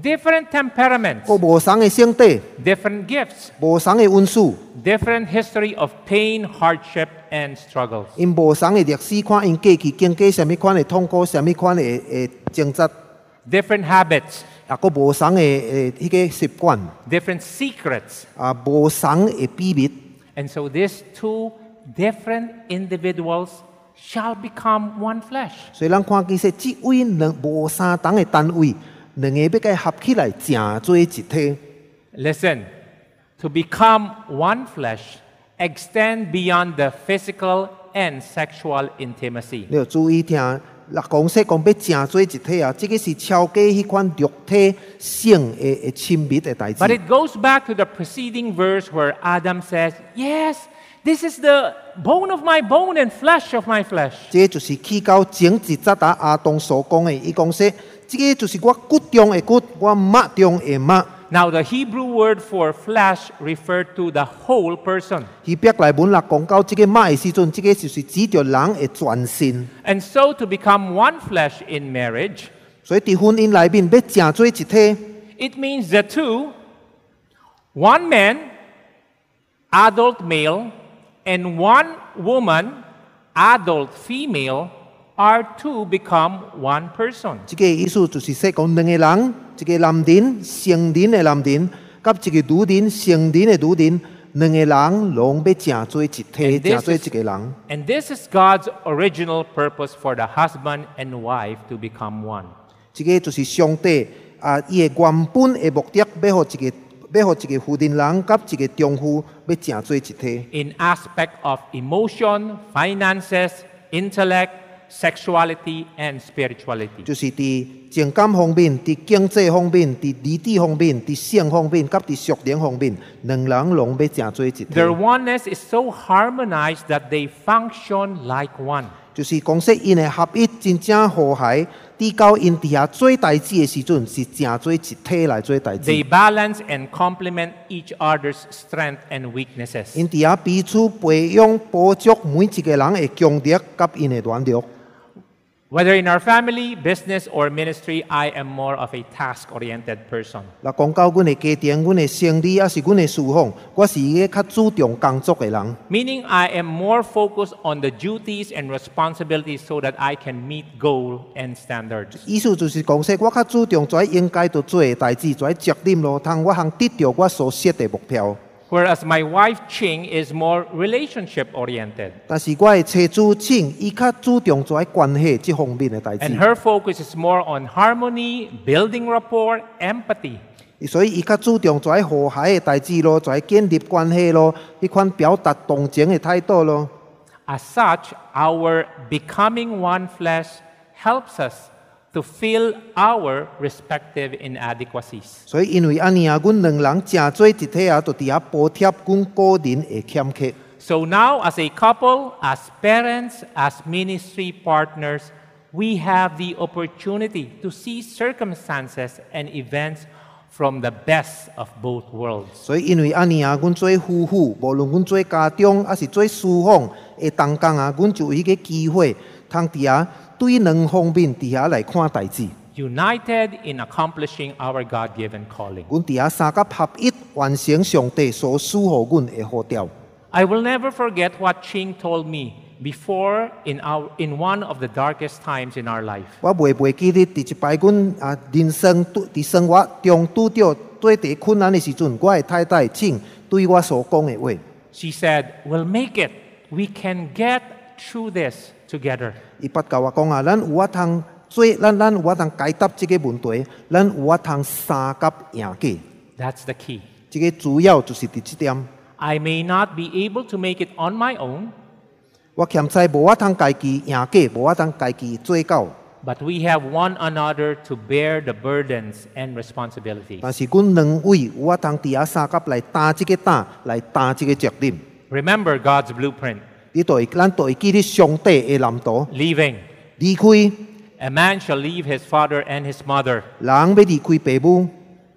A: different temperaments,
B: 佮无相的性地、
A: different gifts,
B: 无相的温素，
A: different history of pain, hardship, and struggles.
B: 因无相的历史，看因过去经过什物款的痛苦、什物款的诶挣扎，
A: Different habits,
B: 啊，佮无相的诶迄个习惯，
A: different secrets.
B: 啊，无相的秘密。
A: And so these two different individuals shall become one flesh.
B: 所以咱看见说，即位两无相同的单位，两个要甲伊合起来，成做一体。
A: Listen, to become one flesh extend beyond the physical and sexual intimacy.
B: 你要注意听，六讲说讲要成做一体啊，即个是超过迄款肉体性的的亲密的代
A: But
B: 志。
A: it goes back to the preceding verse where Adam says, Yes, this is the bone of my bone and flesh of my flesh.
B: 即个就是去到前一节达阿东所讲的，伊讲说，即个就是我骨中的骨，我肉中的肉。
A: Now, the Hebrew word for flesh referred to the whole person.
B: 希伯来文六讲到即个肉的时阵，即个就是指着人的全身。
A: And so, to become one flesh in marriage,
B: 所以伫婚姻内面要成做一体。
A: it means the two, one man, adult male, and one woman, adult female, are to become one person.
B: 即个意思就是说，讲两个人，一个男人成人的男人，甲一个女人成人的女人，两个人拢要成做一体，
A: And this
B: 成做一
A: is-
B: 个人。
A: And this is God's original purpose for the husband and wife to become one.
B: 即个就是上帝啊，伊的原本的目的，要互一个要互一个富人人甲一个中富要成做一体，
A: in aspect of emotion, finances, intellect, sexuality, and spirituality.
B: 就是伫情感方面、伫经济方面、伫理智方面、伫性方面，甲伫属灵方面，两人拢要成做一体。
A: Their oneness is so harmonized that they function like one.
B: 就是讲说，因的合一真正和谐，伫到因伫遐做代志的时阵，是正做一体来做代
A: They
B: 志。
A: balance and complement each other's strength and weaknesses.
B: 因伫遐彼此培养、补足每一个人的强烈甲因的软弱。
A: Whether in our family, business, or ministry, I am more of a task oriented person.
B: 若讲到阮的家庭、阮的生理，还是阮的侍奉，我是一个较注重工作的人，
A: Meaning, I am more focused on the duties and responsibilities so that I can meet goal and standards.
B: 意思就是讲说，我较注重跩应该着做的代志，跩责任咯，通我通得到我所设的目标。
A: Whereas my wife Ching is more relationship oriented,
B: 但是我的妻子请，伊较注重跩关系即方面的代
A: and
B: 志，
A: her focus is more on harmony, building rapport, empathy.
B: 所以伊较注重跩和谐的代志咯，跩建立关系咯，迄款表达同情的态度咯。
A: As such, our becoming one flesh helps us to fill our respective inadequacies.
B: 所以因为安尼啊，阮两人正做一体啊，就伫遐补贴阮个人的欠缺。
A: So now, as a couple, as parents, as ministry partners, we have the opportunity to see circumstances and events from the best of both worlds.
B: 所以因为安尼啊，阮做夫妇，无论阮做家长，还是做师访的同工啊，阮就有迄个机会，通伫遐对两方面伫遐来看代志。
A: United in accomplishing our God given calling.
B: 阮伫遐三甲合一，完成上帝所赐予阮的呼召。
A: I will never forget what Ching told me before in, our, in one of the darkest times in our life.
B: 我袂袂记得伫一摆阮啊人生拄伫生活中拄着最第困难的时阵，我的太太请对我所讲的话，
A: She said, We'll make it. We can get through this together.
B: 伊捌甲我讲啊，咱有法通做，咱咱有法通解答即个问题，咱有法通三甲赢过。
A: That's the key.
B: 这个主要就是伫这点，
A: I may not be able to make it on my own,
B: 我欠债无法通家己赢过，无法通家己做到。
A: but we have one another to bear the burdens and responsibilities.
B: 但是阮两位有法通伫遐三甲来担即个担，来担即个责任。
A: Remember God's blueprint
B: 你对咱对记咧上帝的蓝图，
A: leaving.
B: 离开人
A: A man shall leave his father and his mother,
B: 要离开父母，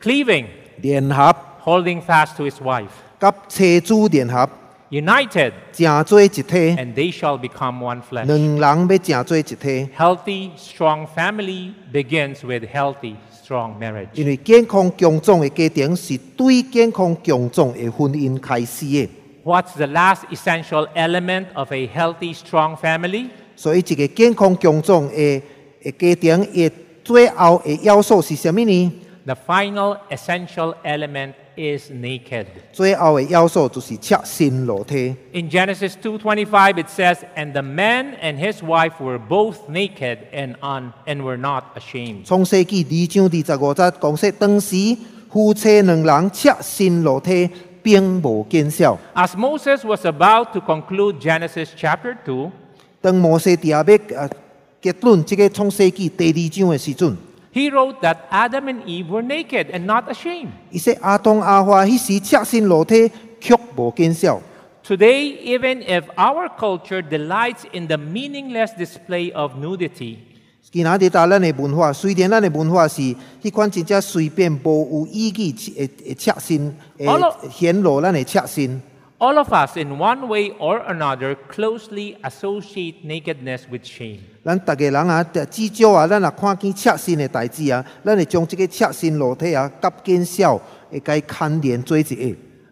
A: cleaving,
B: 联合
A: holding fast to his wife,
B: 甲妻子联合，
A: united,
B: 成做一体。
A: and they shall become one flesh.
B: 两人要成做一体，
A: Healthy, strong family begins with healthy, strong marriage.
B: 因为健康强壮的家庭是对健康强壮的婚姻开始的。
A: What's the last essential element of a healthy, strong family?
B: 所以一个健康强壮的的家庭，的最后的要素是什么呢？
A: The final essential element is naked.
B: 最后的要素就是赤身裸体。
A: In Genesis 2:25 it says, "And the man and his wife were both naked and un, and were not ashamed."
B: 创世纪二章二十五节讲说，当时夫妻两人赤身裸体，并无见笑。
A: As Moses was about to conclude Genesis chapter 2,
B: 当摩西伫遐要呃结论这个创世纪第二章的时阵，
A: he wrote that Adam and Eve were naked and not ashamed.
B: 伊说阿东阿花迄时赤身裸体，却无见笑。
A: Today, even if our culture delights in the meaningless display of nudity,
B: 今仔日搭咱的文化，虽然咱的文化是迄款真正随便无有意义的的赤身，
A: 好咯
B: 诶显露咱的赤身。
A: All of us, in one way or another, closely associate nakedness with shame.
B: 咱逐个人啊，至少啊，咱若看见赤身的代志啊，咱会将即个赤身裸体啊，甲见笑会甲伊牵连做一下。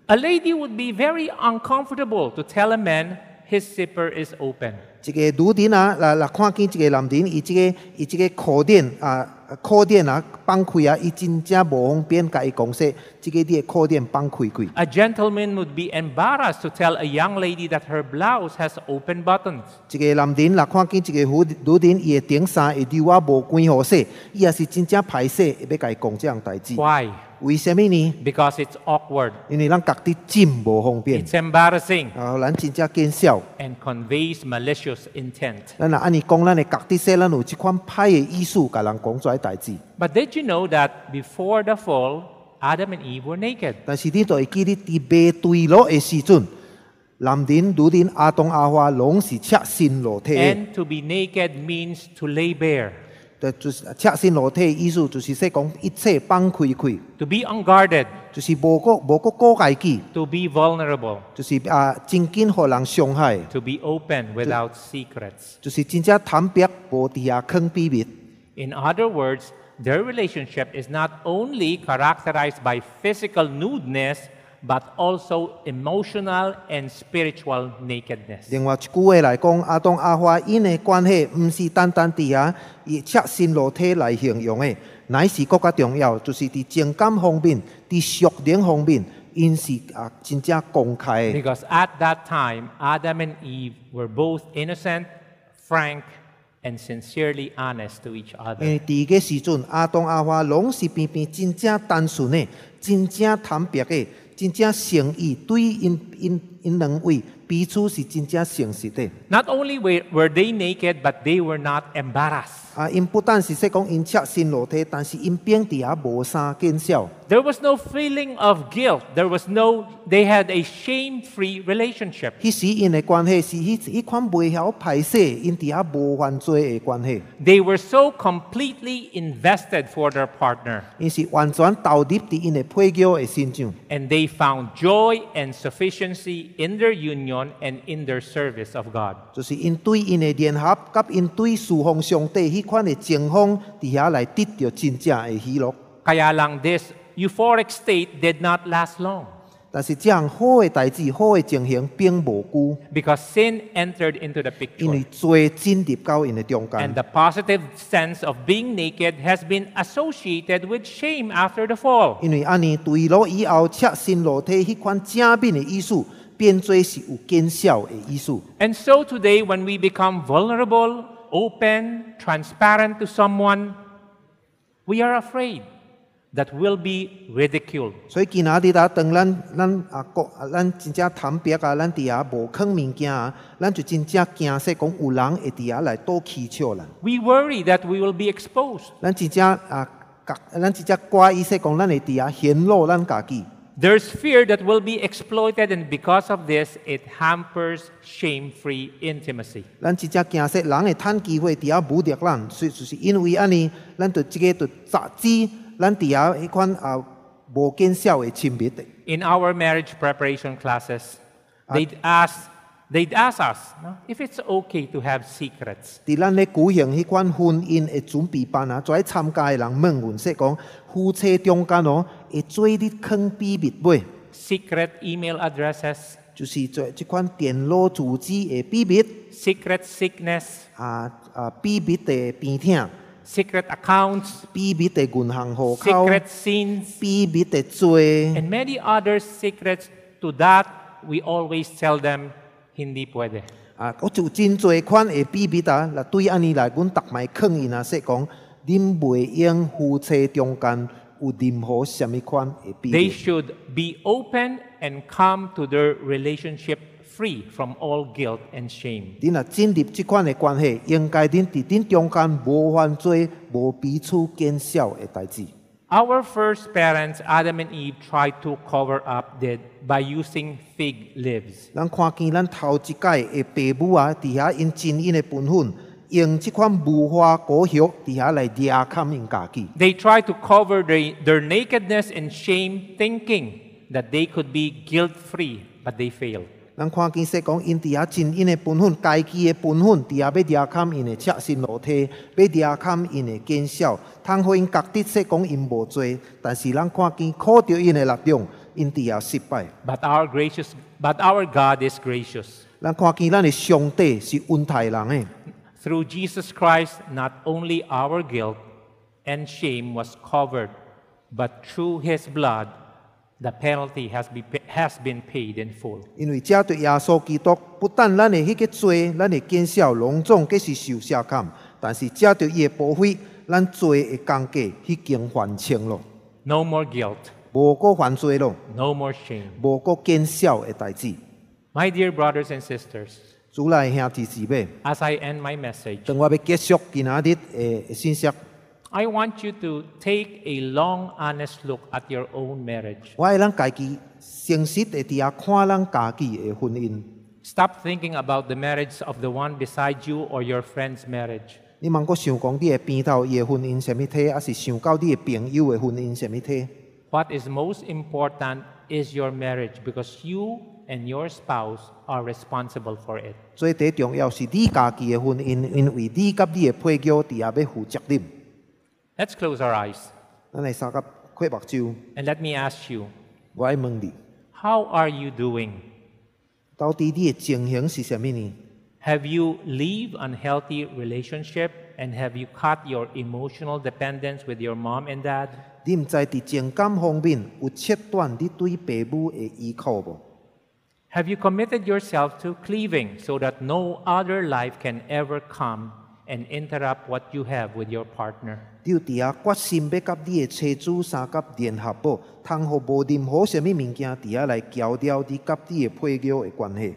A: A lady would be very uncomfortable to tell a man his zipper is open.
B: 一个女人啊，若若看见一个男人，伊即、个伊即个裤链啊，裤链啊放开啊，伊真正无方便甲伊讲说，即、个你的裤链放开开。
A: A gentleman would be embarrassed to tell a young lady that her blouse has open buttons.
B: 一个男人若看见一个女女人，伊的顶衫会溜啊无关好势，伊也是真正歹势，会要甲伊讲即样代志。
A: Why?
B: 為什麼呢？
A: because it's awkward,
B: 因為咱覺得真無方便，
A: it's embarrassing,
B: 然後咱真正見笑。
A: and conveys malicious intent.
B: 咱若安尼講，咱會覺得說咱有即款歹嘅意思，甲人講出來代志。
A: But did you know that before the fall, Adam and Eve were naked?
B: 但是你就會記得伫未墜落嘅時陣，男人、女人、阿東、阿花，攏是赤身裸體的。
A: And to be naked means to lay bare,
B: 就就是赤身裸體，意思就是說講一切放開開，
A: to be unguarded,
B: 就是無個無個顧家己，
A: to be vulnerable,
B: 就是啊真緊互人傷害，
A: to be open without secrets.
B: 就是真正坦白無伫遐坑秘密。
A: In other words, their relationship is not only characterized by physical nudeness, but also emotional and spiritual nakedness.
B: 另外一句話來講，阿東阿花因的關係，毋是單單伫遐以赤身裸體來形容的，乃是更加重要，就是伫情感方面、伫熟齡方面，因是啊真正公開的。
A: Because at that time, Adam and Eve were both innocent, frank, and sincerely honest to each
B: 因
A: other.
B: 為伫個時陣，阿東阿花攏是偏偏真正單純的、真正坦白的、真正誠意，對因因因兩位彼此是真正誠實的。
A: Not only were, were they naked, but they were not embarrassed.
B: 啊，因不但是說講因赤身裸體，但是因並伫遐無啥見笑。
A: There was no feeling of guilt. There was no, they had a shame free relationship.
B: 迄時因的關係是迄迄款袂曉歹勢，因伫遐無犯罪的關係，
A: They were so completely invested for their partner,
B: 因是完全投入伫因的配偶的身上，
A: and they found joy and sufficiency in their union and in their service of God.
B: 就是因對因的聯合，甲因對侍奉上帝迄款的情況，伫遐來得到真正的喜樂。
A: Kaya lang this euphoric state did not last long
B: 但是這樣好的代志、好的情形並無久，
A: because sin entered into the
B: 因為
A: picture.
B: 罪進入到因的中
A: And
B: 間。
A: the positive sense of being naked has been associated with shame after the fall.
B: 因為安尼對落以後，赤身裸體迄款正面的意思，變做是有見笑的意思。
A: And so today, when we become vulnerable, open, transparent to someone, we are afraid that we'll be ridiculed.
B: 所以今仔日啊，当咱咱啊国啊，咱真正坦白啊，咱伫遐无藏物件啊，咱就真正惊说讲有人会伫遐来倒起笑咱。
A: We worry that we will be exposed.
B: 咱真正啊，甲咱真正怪伊说讲，咱会伫遐显露咱家己，
A: There's fear that we'll be exploited, and because of this, it hampers shame free intimacy.
B: 咱真正惊说人会趁机会伫遐侮辱咱，所以就是因为安尼，咱就即个就杂志，咱伫遐迄款啊无见效的亲密的。
A: in our marriage preparation classes, they'd ask, they'd ask us no, if it's okay to have secrets.
B: 伫咱咧举行迄款婚姻的准备班啊，遮参加的人问阮说讲，夫妻中间哦，会做你藏秘密袂？
A: Secret email addresses,
B: 就是做即款电脑住址的秘密
A: secret sickness,
B: 啊啊，秘密的病痛，
A: secret accounts,
B: 秘密的银行户口，
A: secret sins,
B: 秘密的罪，
A: and many other secrets. To that, we always tell them, hindi pwede.
B: 啊，我就真侪款的秘密啊。来对安尼来，阮逐摆藏因啊，说讲，恁袂用夫妻中间有任何什物款的秘
A: They
B: 密。
A: should be open and come to their relationship free from all guilt and shame.
B: 恁若进入即款的关系，应该恁伫恁中间无犯罪、无彼此见笑的代志。
A: Our first parents, Adam and Eve, tried to cover up the, by using fig leaves.
B: 咱看见咱头一届的爸母啊，伫遐因真因的本分，用即款无花果叶伫遐来掠砍因家己，
A: They tried to cover their, their nakedness and shame, thinking that they could be guilt free, but they failed.
B: 咱看见说讲因伫遐真因的本分，家己的本分伫遐要掠砍因的赤身裸体，要掠砍因的见笑，通互因觉得说讲因无罪，但是咱看见靠着因的力量，因伫遐失败。
A: But our, gracious, but our God is gracious.
B: 咱看见咱的上帝是恩待人诶，
A: Through Jesus Christ, not only our guilt and shame was covered, but through his blood, the penalty has, be, has been paid in full.
B: 因为这对耶稣基督不但咱的迄个罪，咱的见效隆重，皆是受下砍，但是这对伊的保费，咱罪的工价已经还清了。
A: No more guilt,
B: 无个犯罪咯，
A: no more shame.
B: 无个见笑嘅代志。
A: My dear brothers and sisters,
B: 主内兄弟姊妹，
A: as I end my message,
B: 当我要结束今仔日诶信息，
A: I want you to take a long, honest look at your own marriage.
B: 我爱咱家己诚实地伫遐看咱家己嘅婚姻。
A: Stop thinking about the marriage of the one beside you or your friend's marriage.
B: 你茫阁想讲你嘅边头伊嘅婚姻什物体，还是想到你嘅朋友嘅婚姻什物体？
A: What is most important is your marriage because you and your spouse are responsible for it.
B: 最第重要是你家己嘅婚姻，因为你甲你嘅配偶伫遐要负责任。
A: Let's close our eyes
B: 咱来三甲开目睭，
A: and let me ask you,
B: 我爱问你，
A: how are you doing?
B: 到底你嘅情形是啥物呢？
A: Have you leave unhealthy relationship and have you cut your emotional dependence with your mom and dad?
B: 你毋知伫情感方面有切断你对爸母的依靠无？
A: Have you committed yourself to cleaving so that no other life can ever come and interrupt what you have with your partner?
B: 你有伫遐决心要甲你的妻子三甲联合无，通互无任何什物物件伫遐来搅掉你甲你的配偶的关系？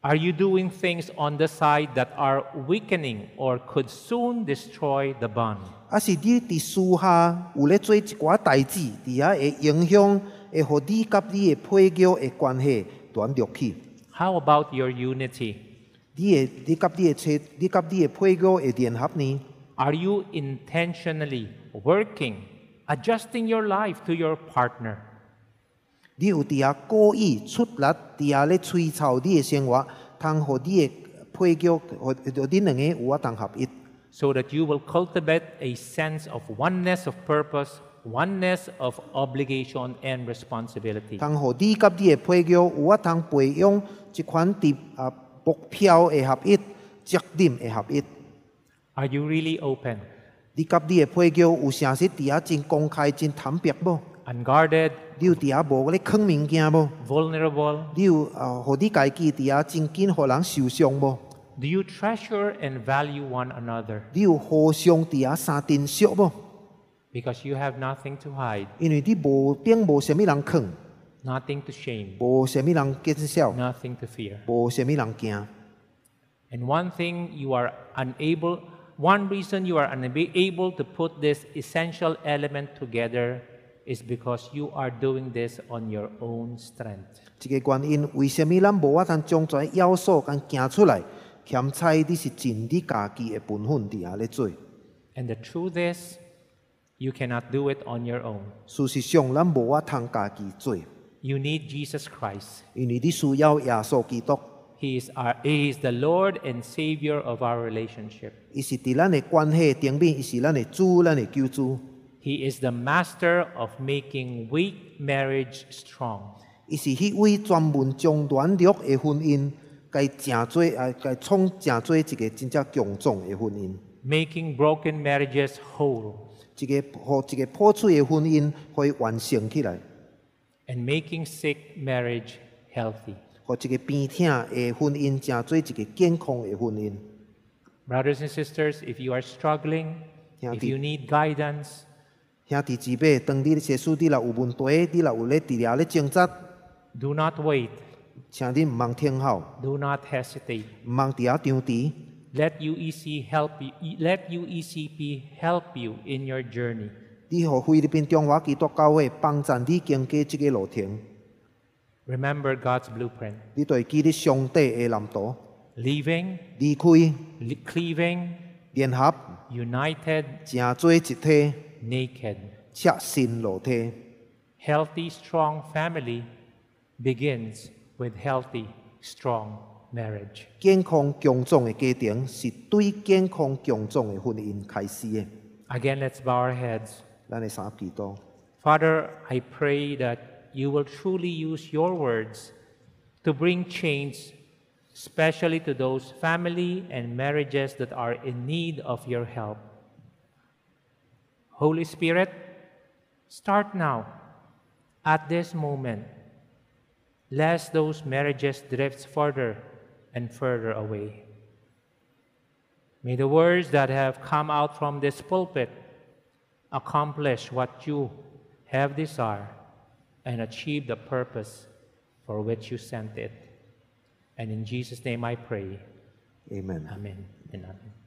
A: Are you doing things on the side that are weakening or could soon destroy the bond?
B: 啊，是你伫私下有咧做一寡代志，伫遐会影响，会互你甲你的配偶的关系断落去。
A: How about your unity?
B: 你的你甲你的妻，你甲你的配偶的联合呢？
A: Are you intentionally working, adjusting your life to your partner?
B: 你有伫遐故意出力，伫遐咧摧草你的生活，通互你的配偶，互互恁两个有法通合一，
A: so that you will cultivate a sense of oneness of purpose, oneness of obligation and responsibility.
B: 通互你甲你的配偶有法通培养一款伫啊目标的合一，责任的合一。
A: Are you really open,
B: 你甲你的配偶有诚实伫遐真公开、真坦白无？
A: unguarded,
B: 你有伫遐无咧藏物件无？
A: vulnerable?
B: 你有啊，互你家己伫遐真紧，互人受伤无？
A: Do you treasure and value one another
B: 你有互相伫遐相珍惜无？
A: because you have nothing to hide,
B: 因为你无并无啥物人藏，
A: nothing to shame,
B: 无啥物人见笑。
A: nothing to fear?
B: 无啥物人惊。
A: And one thing you are unable, one reason you are unable to put this essential element together is because you are doing this on your own strength.
B: 一个原因，为什物咱无法通将遮要素共行出来？欠猜你是尽你家己的本分伫遐咧做。
A: And the truth is, you cannot do it on your own.
B: 事实上，咱无法通家己做，
A: You need Jesus Christ.
B: 因为你需要耶稣基督，
A: He is, our, he is the Lord and Savior of our relationship.
B: 伊是伫咱的关系顶面，伊是咱的主，咱的救主，
A: He is the master of making weak marriage strong.
B: 伊是迄位专门将软弱的婚姻，该诚做啊，该创诚做一个真正强壮的婚姻，
A: Making broken marriages whole
B: 一个互一个破碎的婚姻，互伊完成起来。
A: and making sick marriage healthy.
B: 互一个病痛的婚姻，成做一个健康的婚姻。
A: Brothers and sisters, if you are struggling,
B: Yeah,
A: if
B: the-
A: you need guidance,
B: 兄弟姊妹，当你耶稣你若有问题，你若有咧治疗咧挣扎，
A: do not wait,
B: 请你毋茫听候，
A: do not hesitate.
B: 毋茫伫遐张持，
A: Let UEC help you. Let UECP help you in your journey.
B: 你互菲律宾中华基督教会帮助你经过即个路程，
A: Remember God's blueprint:
B: 你就会记得上帝的蓝图，
A: leaving,
B: 离开
A: li- cleaving,
B: 联合，
A: united,
B: 成做一体，
A: naked,
B: 赤身露体。
A: healthy, strong family begins with healthy, strong marriage.
B: 健康强壮的家庭是对健康强壮的婚姻开始的。
A: Again, let's bow our heads.
B: 咱的三祈祷。
A: Father, I pray that you will truly use your words to bring change, especially to those family and marriages that are in need of your help. Holy Spirit, start now, at this moment, lest those marriages drift further and further away. May the words that have come out from this pulpit accomplish what you have desire, and achieve the purpose for which you sent it. And in Jesus' name I pray.
B: Amen.
A: Amen and amen.